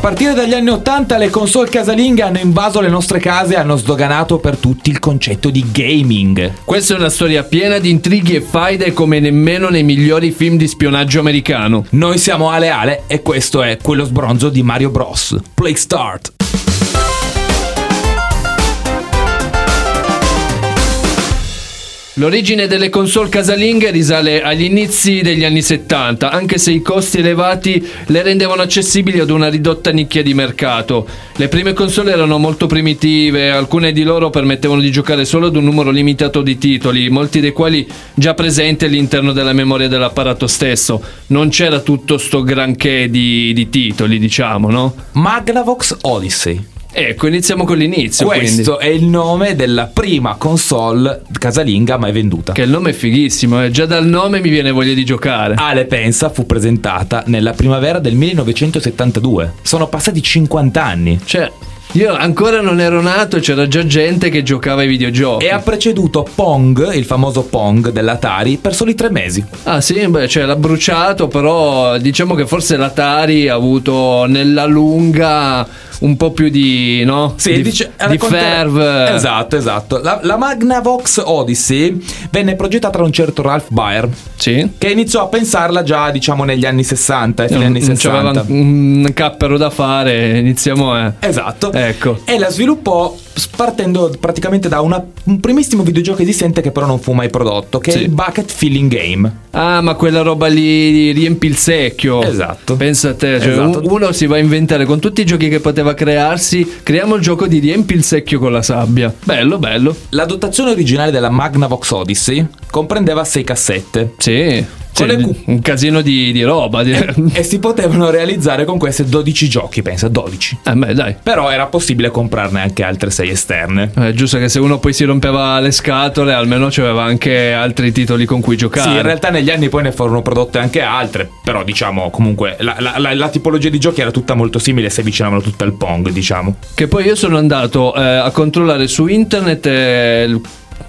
partire dagli anni 80 le console casalinghe hanno invaso le nostre case e hanno sdoganato per tutti il concetto di gaming. Questa è una storia piena di intrighi e faide come nemmeno nei migliori film di spionaggio americano. Noi siamo Ale Ale e questo è quello sbronzo di Mario Bros. Play Start. L'origine delle console casalinghe risale agli inizi degli anni 70, anche se i costi elevati le rendevano accessibili ad una ridotta nicchia di mercato. Le prime console erano molto primitive, alcune di loro permettevano di giocare solo ad un numero limitato di titoli, molti dei quali già presenti all'interno della memoria dell'apparato stesso. Non c'era tutto sto granché di, di titoli, diciamo, no? Magnavox Odyssey. Ecco, iniziamo con l'inizio. Questo quindi. è il nome della prima console casalinga mai venduta. Che il nome è fighissimo, eh, già dal nome mi viene voglia di giocare. Ale Pensa fu presentata nella primavera del 1972. Sono passati 50 anni. Cioè, io ancora non ero nato e c'era già gente che giocava ai videogiochi. E ha preceduto Pong, il famoso Pong dell'Atari, per soli tre mesi. Ah sì, beh, cioè l'ha bruciato, però diciamo che forse l'Atari ha avuto nella lunga un po' più di, no? di, dice- di racconta- ferve. Esatto, esatto. La, la Magnavox Odyssey venne progettata da un certo Ralph Baer, Sì. che iniziò a pensarla già, diciamo, negli anni 60 e fine Non, anni non 60. c'aveva un, un cappero da fare, iniziamo eh. Esatto. Ecco. E la sviluppò partendo praticamente da una- un primissimo videogioco esistente che però non fu mai prodotto, che Sì. è il Bucket Filling Game. Ah, ma quella roba lì riempi il secchio. Esatto. Pensa a te, cioè, Esatto. un- uno si va a inventare con tutti i giochi che poteva crearsi, creiamo il gioco di riempi il secchio con la sabbia. Bello, bello. La dotazione originale della Magnavox Odyssey comprendeva 6 cassette Sì. Con Sì, le cu- un casino di, di roba. di- e si potevano realizzare con queste 12 giochi, pensa, 12. Eh beh, dai. Però era possibile comprarne anche altre 6 esterne. Eh, È giusto che se uno poi si rompeva le scatole, almeno c'aveva anche altri titoli con cui giocare. Sì, in realtà negli anni poi ne furono prodotte anche altre, però diciamo comunque la, la- la- la tipologia di giochi era tutta molto simile, si avvicinavano tutte al Pong, diciamo. Che poi io sono andato eh, a controllare su internet eh, l-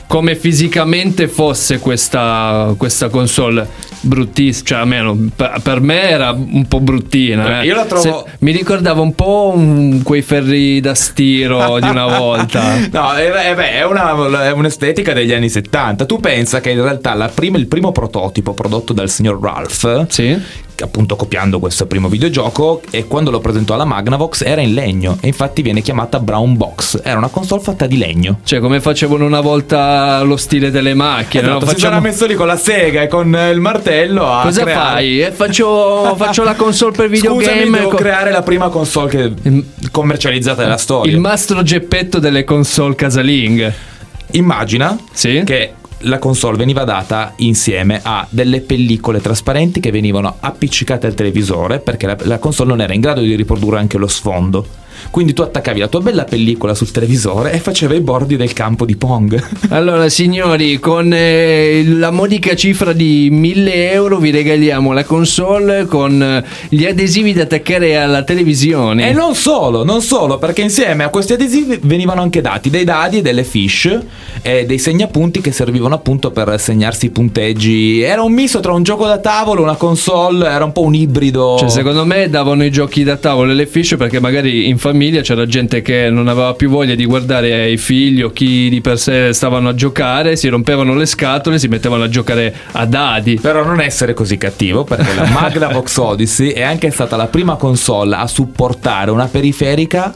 come fisicamente fosse questa, questa console bruttissima, cioè almeno per, per me era un po' bruttina. eh. Io la trovo- mi ricordava un po' un- quei ferri da stiro Oh, di una volta. No, eh, beh, eh, beh, è, una- è un'estetica degli anni 70. Tu pensa che in realtà la prima- il primo prototipo prodotto dal signor Ralph, Sì? che appunto copiando questo primo videogioco, e quando lo presentò alla Magnavox era in legno, e infatti viene chiamata Brown Box. Era una console fatta di legno. Cioè, come facevano una volta lo stile delle macchine, no? Esatto, si Facciamo- sarà messo lì con la sega e con eh, il martello a Cosa creare- fai? Eh, faccio, faccio la console per videogame. Scusami, devo co- creare la prima console che- commercializzata della storia. il mastro geppetto delle console casalinghe. Immagina Sì? che la console veniva data insieme a delle pellicole trasparenti che venivano appiccicate al televisore perché la, la console non era in grado di riprodurre anche lo sfondo. Quindi tu attaccavi la tua bella pellicola sul televisore e faceva i bordi del campo di Pong. Allora, signori, con eh, la modica cifra di 1000 euro vi regaliamo la console con eh, gli adesivi da attaccare alla televisione. E non solo, non solo, perché insieme a questi adesivi venivano anche dati dei dadi e delle fish e dei segnapunti che servivano appunto per segnarsi i punteggi. Era un misto tra un gioco da tavolo, una console, era un po' un ibrido. Cioè, secondo me davano i giochi da tavola e le fish perché magari in famiglia c'era gente che non aveva più voglia di guardare i figli o chi di per sé stavano a giocare, si rompevano le scatole e si mettevano a giocare a dadi. Però non essere così cattivo perché la Magnavox Odyssey è anche stata la prima console a supportare una periferica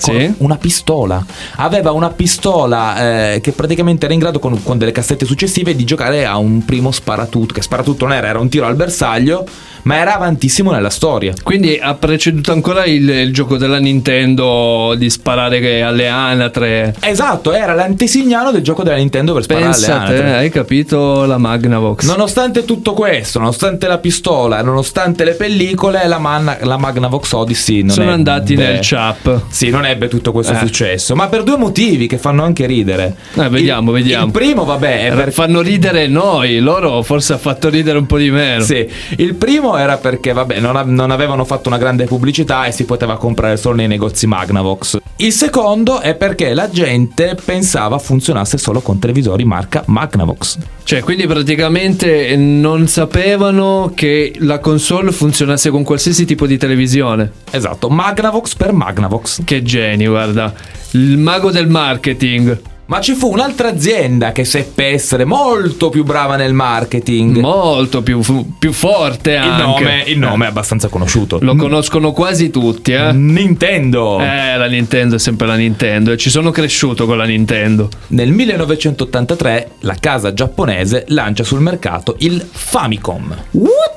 con Sì. una pistola. Aveva una pistola eh, che praticamente era in grado con, con delle cassette successive di giocare a un primo sparatutto, che sparatutto non era, era un tiro al bersaglio, ma era avantissimo nella storia. Quindi ha preceduto ancora il, il gioco della Nintendo di sparare che- alle anatre. Esatto, era l'antesignano del gioco della Nintendo per sparare alle Pensa a te, anatre. hai capito la Magnavox. Nonostante tutto questo, nonostante la pistola, nonostante le pellicole, la, manna- la Magnavox Odyssey non Sono è- andati beh, nel chap. Sì, non ebbe tutto questo Eh. successo, ma per due motivi che fanno anche ridere. Eh, vediamo, Il- vediamo. Il primo, vabbè, è per- Fanno ridere noi, loro forse ha fatto ridere un po' di meno. sì. il primo primo era perché, vabbè, non, av- non avevano fatto una grande pubblicità e si poteva comprare solo nei negozi Magnavox. Il secondo è perché la gente pensava funzionasse solo con televisori marca Magnavox. Cioè, quindi praticamente eh, non sapevano che la console funzionasse con qualsiasi tipo di televisione. Esatto, Magnavox per Magnavox. Che geni, guarda. Il mago del marketing. Ma ci fu un'altra azienda che seppe essere molto più brava nel marketing. Molto più, fu- più forte il, anche. nome, il mm. nome è abbastanza conosciuto. Lo conoscono quasi tutti, eh? Nintendo. Eh, la Nintendo è sempre la Nintendo e ci sono cresciuto con la Nintendo. Nel 1983 la casa giapponese lancia sul mercato il Famicom,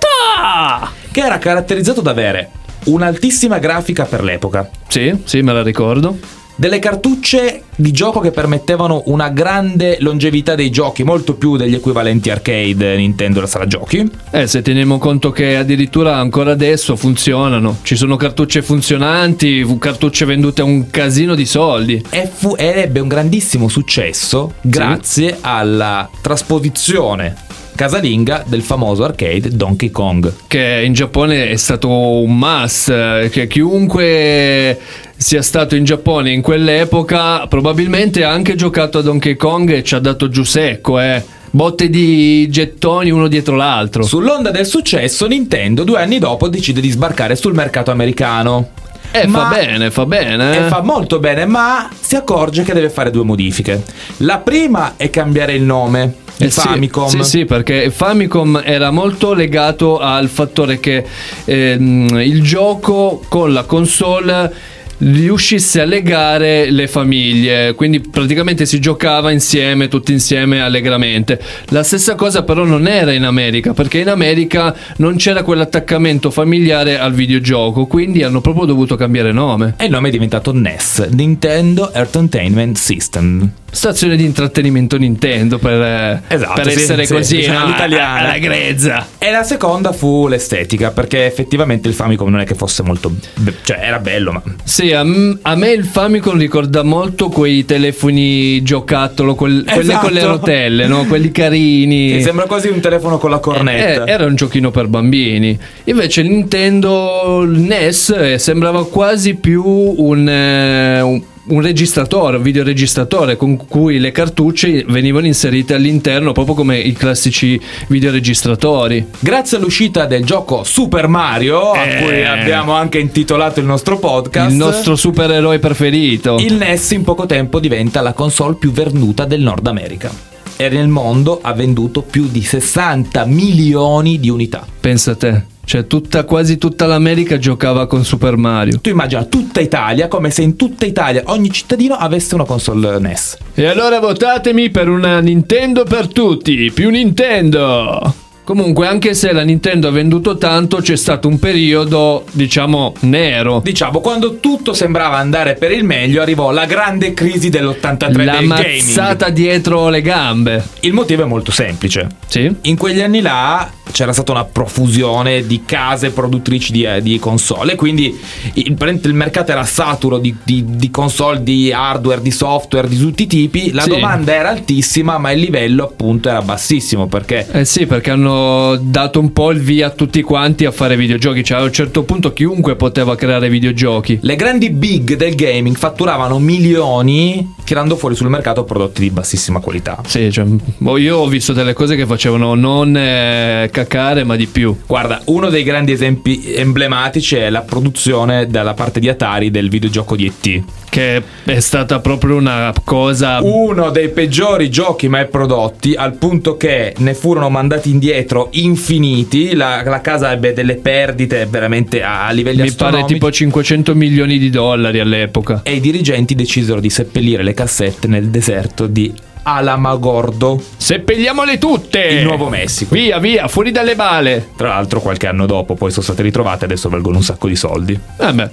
Wuta! che era caratterizzato da avere un'altissima grafica per l'epoca, Sì, sì, me la ricordo. delle cartucce di gioco che permettevano una grande longevità dei giochi, molto più degli equivalenti arcade Nintendo e la sala giochi. Eh, se teniamo conto che addirittura ancora adesso funzionano, ci sono cartucce funzionanti, fu- cartucce vendute a un casino di soldi. E fu- ed ebbe un grandissimo successo grazie alla trasposizione casalinga del famoso arcade Donkey Kong. Che in Giappone è stato un must, eh, che chiunque sia stato in Giappone in quell'epoca probabilmente ha anche giocato a Donkey Kong e ci ha dato giù secco, eh. Botte di gettoni uno dietro l'altro. Sull'onda del successo, Nintendo due anni dopo decide di sbarcare sul mercato americano. Eh, Ma- fa bene, fa bene. E eh. fa molto bene, ma si accorge che deve fare due modifiche. La prima è cambiare il nome, il Eh sì, Famicom. Sì, sì, perché Famicom era molto legato al fattore che ehm, il gioco con la console riuscisse a legare le famiglie, quindi praticamente si giocava insieme, tutti insieme allegramente. La stessa cosa però non era in America, perché in America non c'era quell'attaccamento familiare al videogioco, quindi hanno proprio dovuto cambiare nome. E il nome è diventato NES, Nintendo Entertainment System. Stazione di intrattenimento Nintendo per, eh, Esatto, per sì, essere sì, così diciamo no? all'italiana. alla grezza. E la seconda fu l'estetica, perché effettivamente il Famicom non è che fosse molto... be- cioè era bello, ma... Sì, a, m- a me il Famicom ricorda molto quei telefoni giocattolo, quel- quelli Esatto. con le rotelle, no? quelli carini. Sì, sembra quasi un telefono con la cornetta. Eh, era un giochino per bambini. Invece il Nintendo il NES eh, sembrava quasi più un, eh, un- un registratore, un videoregistratore con cui le cartucce venivano inserite all'interno, proprio come i classici videoregistratori. Grazie all'uscita del gioco Super Mario, a Eh. cui abbiamo anche intitolato il nostro podcast, Il nostro supereroe preferito. il NES in poco tempo diventa la console più venduta del Nord America. E nel mondo ha venduto più di 60 milioni di unità. Pensa a te, cioè tutta, quasi tutta l'America giocava con Super Mario. Tu immagina tutta Italia come se in tutta Italia ogni cittadino avesse una console NES. E allora votatemi per una Nintendo per tutti, più Nintendo! Comunque, anche se la Nintendo ha venduto tanto, c'è stato un periodo, diciamo, nero. Diciamo, quando tutto sembrava andare per il meglio, arrivò la grande crisi dell'83 La del gaming. mazzata dietro le gambe. Il motivo è molto semplice. Sì? In quegli anni là c'era stata una profusione di case produttrici di, eh, di console, quindi il, il mercato era saturo di, di- di console, di hardware, di software di tutti i tipi. La Sì. domanda era altissima, ma il livello appunto era bassissimo perché. Eh sì, perché hanno dato un po' il via a tutti quanti a fare videogiochi. Cioè, a un certo punto chiunque poteva creare videogiochi. Le grandi big del gaming fatturavano milioni tirando fuori sul mercato prodotti di bassissima qualità. Sì, cioè, boh, io ho visto delle cose che facevano non eh, cacare, ma di più. Guarda, uno dei grandi esempi emblematici è la produzione dalla parte di Atari del videogioco di ET. Che è stata proprio una cosa. uno dei peggiori giochi mai prodotti al punto che ne furono mandati indietro infiniti la, la casa ebbe delle perdite veramente a, a livelli mi pare astronomici tipo 500 milioni di dollari all'epoca. e i dirigenti decisero di seppellire le cassette nel deserto di Alamagordo Seppelliamole tutte! il Nuovo Messico Via, via, fuori dalle bale! Ah, tra l'altro qualche anno dopo poi sono state ritrovate e adesso valgono un sacco di soldi Vabbè.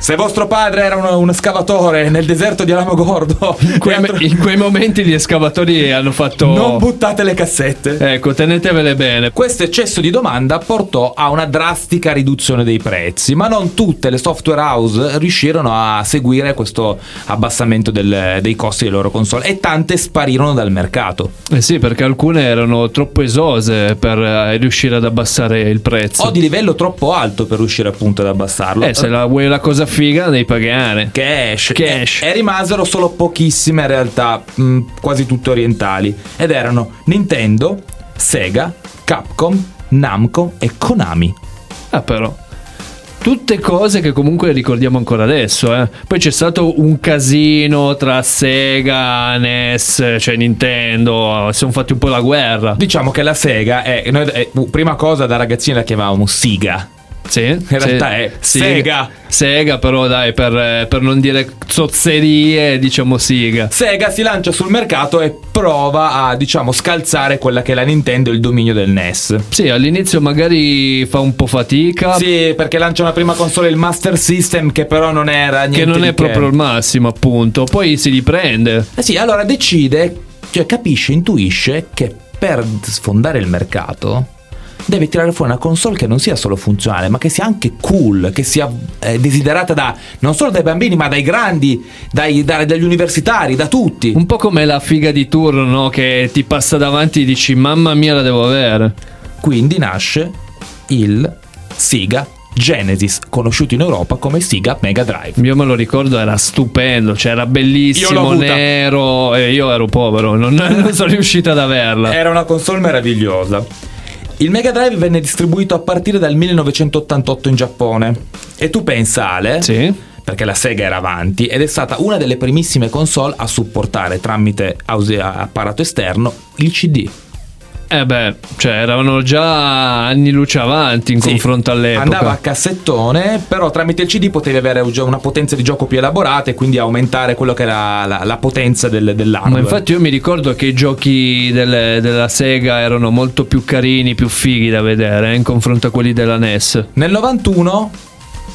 Se vostro padre era uno- un, scavatore nel deserto di Alamo Gordo, In quei, e altro- in quei momenti gli escavatori hanno fatto... non buttate le cassette. ecco, tenetevele bene. Questo eccesso di domanda portò a una drastica riduzione dei prezzi, ma non tutte le software house riuscirono a seguire questo abbassamento del- dei costi delle loro console e tante sparirono dal mercato. Eh sì, perché alcune erano troppo esose per eh, riuscire ad abbassare il prezzo. O di livello troppo alto per riuscire appunto ad abbassarlo. Eh, se la vuoi la cosa figa devi pagare. Cash, Cash. E, e rimasero solo pochissime in realtà, mh, quasi tutte orientali, ed erano Nintendo, Sega, Capcom, Namco e Konami. Ah, però. Tutte cose che comunque ricordiamo ancora adesso. eh. Poi c'è stato un casino tra Sega, NES, cioè Nintendo. Si sono fatti un po' la guerra. Diciamo che la Sega è, noi- è- prima cosa da ragazzini la chiamavamo Siga. Sì, in realtà è Sega. Sega, però, dai, per, eh, per non dire zozzerie, diciamo Sega. Sega si lancia sul mercato e prova a, diciamo, scalzare quella che è la Nintendo e il dominio del NES. Sì, all'inizio magari fa un po' fatica. Sì, perché lancia una prima console, il Master System, che però non era niente Che non di è proprio il massimo, appunto. Poi si riprende. Eh sì, allora decide, cioè capisce, intuisce che per sfondare il mercato deve tirare fuori una console che non sia solo funzionale, ma che sia anche cool, che sia eh, desiderata da non solo dai bambini, ma dai grandi, dai- da- dagli universitari, da tutti. Un po' come la figa di turno, no? Che ti passa davanti e dici, mamma mia, la devo avere. Quindi nasce il Sega Genesis, conosciuto in Europa come Sega Mega Drive. Io me lo ricordo, era stupendo, cioè era Io l'ho bellissimo, avuta. nero. E io ero povero, non, non sono riuscito ad averla. Era una console meravigliosa. Il Mega Drive venne distribuito a partire dal 1988 in Giappone. E tu pensa, Ale, Sì. perché la Sega era avanti ed è stata una delle primissime console a supportare tramite aus- apparato esterno il CD. Eh beh, cioè eravano già anni luce avanti in Sì. confronto all'epoca. Andava a cassettone, però tramite il CD potevi avere un gio- una potenza di gioco più elaborata e quindi aumentare quello che era la, la potenza del, dell'hardware. Ma infatti io mi ricordo che i giochi del- della Sega erano molto più carini, più fighi da vedere eh, in confronto a quelli della NES. Nel 91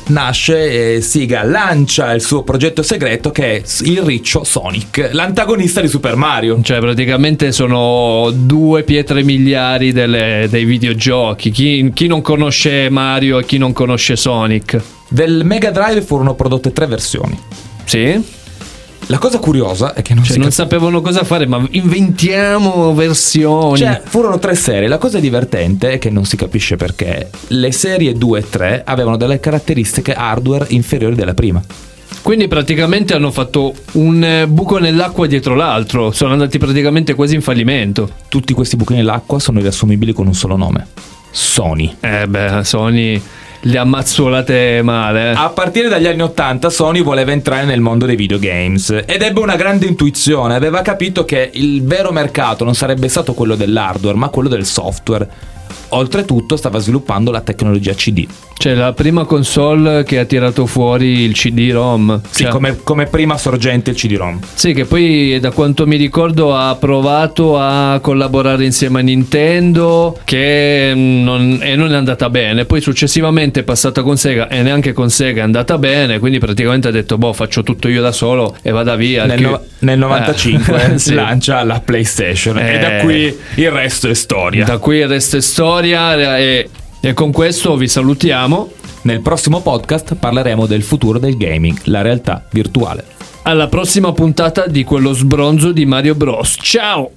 nasce eh, Sega lancia il suo progetto segreto che è s- il riccio Sonic, l'antagonista di Super Mario. Cioè, praticamente sono due pietre miliari delle- dei videogiochi. Chi, chi non conosce Mario e chi non conosce Sonic. Del Mega Drive furono prodotte tre versioni. Sì? La cosa curiosa è che non Cioè, si non capisce. sapevano cosa fare, ma inventiamo versioni. Cioè, furono tre serie. La cosa divertente è che non si capisce perché le serie 2 e 3 avevano delle caratteristiche hardware inferiori della prima. Quindi praticamente hanno fatto un eh, buco nell'acqua dietro l'altro. Sono andati praticamente quasi in fallimento. Tutti questi buchi nell'acqua sono riassumibili con un solo nome: Sony. Eh beh, Sony le ammazzolate male. eh. A partire dagli anni 80 Sony voleva entrare nel mondo dei videogames ed ebbe una grande intuizione, aveva capito che il vero mercato non sarebbe stato quello dell'hardware ma quello del software. Oltretutto stava sviluppando la tecnologia CD. Cioè, la prima console che ha tirato fuori il CD-ROM. Sì, Cioè- come, come prima sorgente il CD-ROM. Sì, che poi da quanto mi ricordo ha provato a collaborare insieme a Nintendo che mm, non, e non è andata bene. Poi successivamente è passata con Sega e neanche con Sega è andata bene, quindi praticamente ha detto boh faccio tutto io da solo e vada via. Nel, Che- no- nel 95 Eh, sì. lancia la PlayStation e Eh. da qui il resto è storia. Da qui il resto è storia e, e con questo vi salutiamo. Nel prossimo podcast parleremo del futuro del gaming, la realtà virtuale. Alla prossima puntata di quello sbronzo di Mario Bros. Ciao!